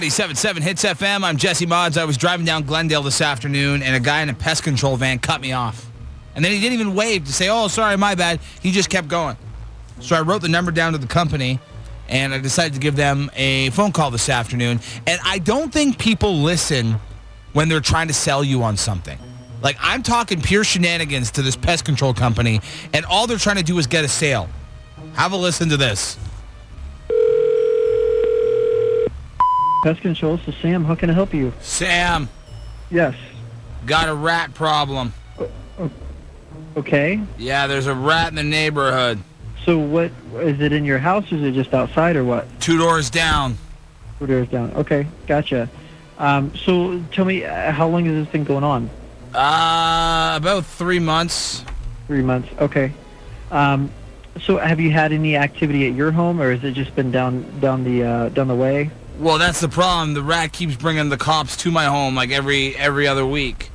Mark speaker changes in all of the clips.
Speaker 1: 97.7 Hits FM. I'm Jesse Mods. I was driving down Glendale this afternoon, and a guy in a pest control van cut me off. And then he didn't even wave to say, oh, sorry, my bad. He just kept going. So I wrote the number down to the company, and I decided to give them a phone call this afternoon. And I don't think people listen when they're trying to sell you on something. Like, I'm talking pure shenanigans to this pest control company, and all they're trying to do is get a sale. Have a listen to this.
Speaker 2: Pest Control, this is Sam. How can I help you?
Speaker 1: Sam,
Speaker 2: Yes.
Speaker 1: got a rat problem.
Speaker 2: Okay.
Speaker 1: Yeah, there's a rat in the neighborhood.
Speaker 2: So what, is it in your house or is it just outside or what?
Speaker 1: Two doors down.
Speaker 2: Two doors down. Okay, gotcha. Um, so tell me, uh, how long has this been going on?
Speaker 1: Uh, about three months.
Speaker 2: Three months. Okay. Um, so have you had any activity at your home or has it just been down down the uh, down the way?
Speaker 1: Well, that's the problem. The rat keeps bringing the cops to my home like every every other week.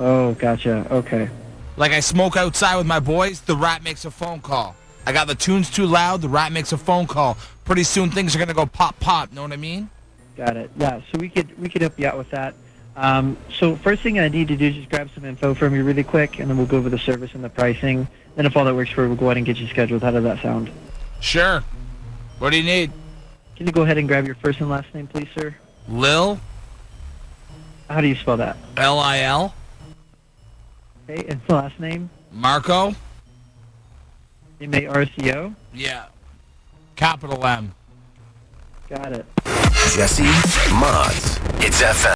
Speaker 2: Oh, gotcha. Okay.
Speaker 1: Like I smoke outside with my boys, the rat makes a phone call. I got the tunes too loud, the rat makes a phone call. Pretty soon things are gonna go pop pop. Know what I mean?
Speaker 2: Got it. Yeah. So we could we could help you out with that. Um, so first thing I need to do is just grab some info from you really quick, and then we'll go over the service and the pricing. Then if all that works for you, we'll go ahead and get you scheduled. How does that sound?
Speaker 1: Sure. What do you need?
Speaker 2: Can you go ahead and grab your first and last name, please, sir?
Speaker 1: Lil,
Speaker 2: How do you spell that?
Speaker 1: L I L,
Speaker 2: Okay, and the last name,
Speaker 1: Marco.
Speaker 2: M A R C O.
Speaker 1: Yeah. Capital M.
Speaker 2: Got it.
Speaker 3: Jesse Mods. It's FM.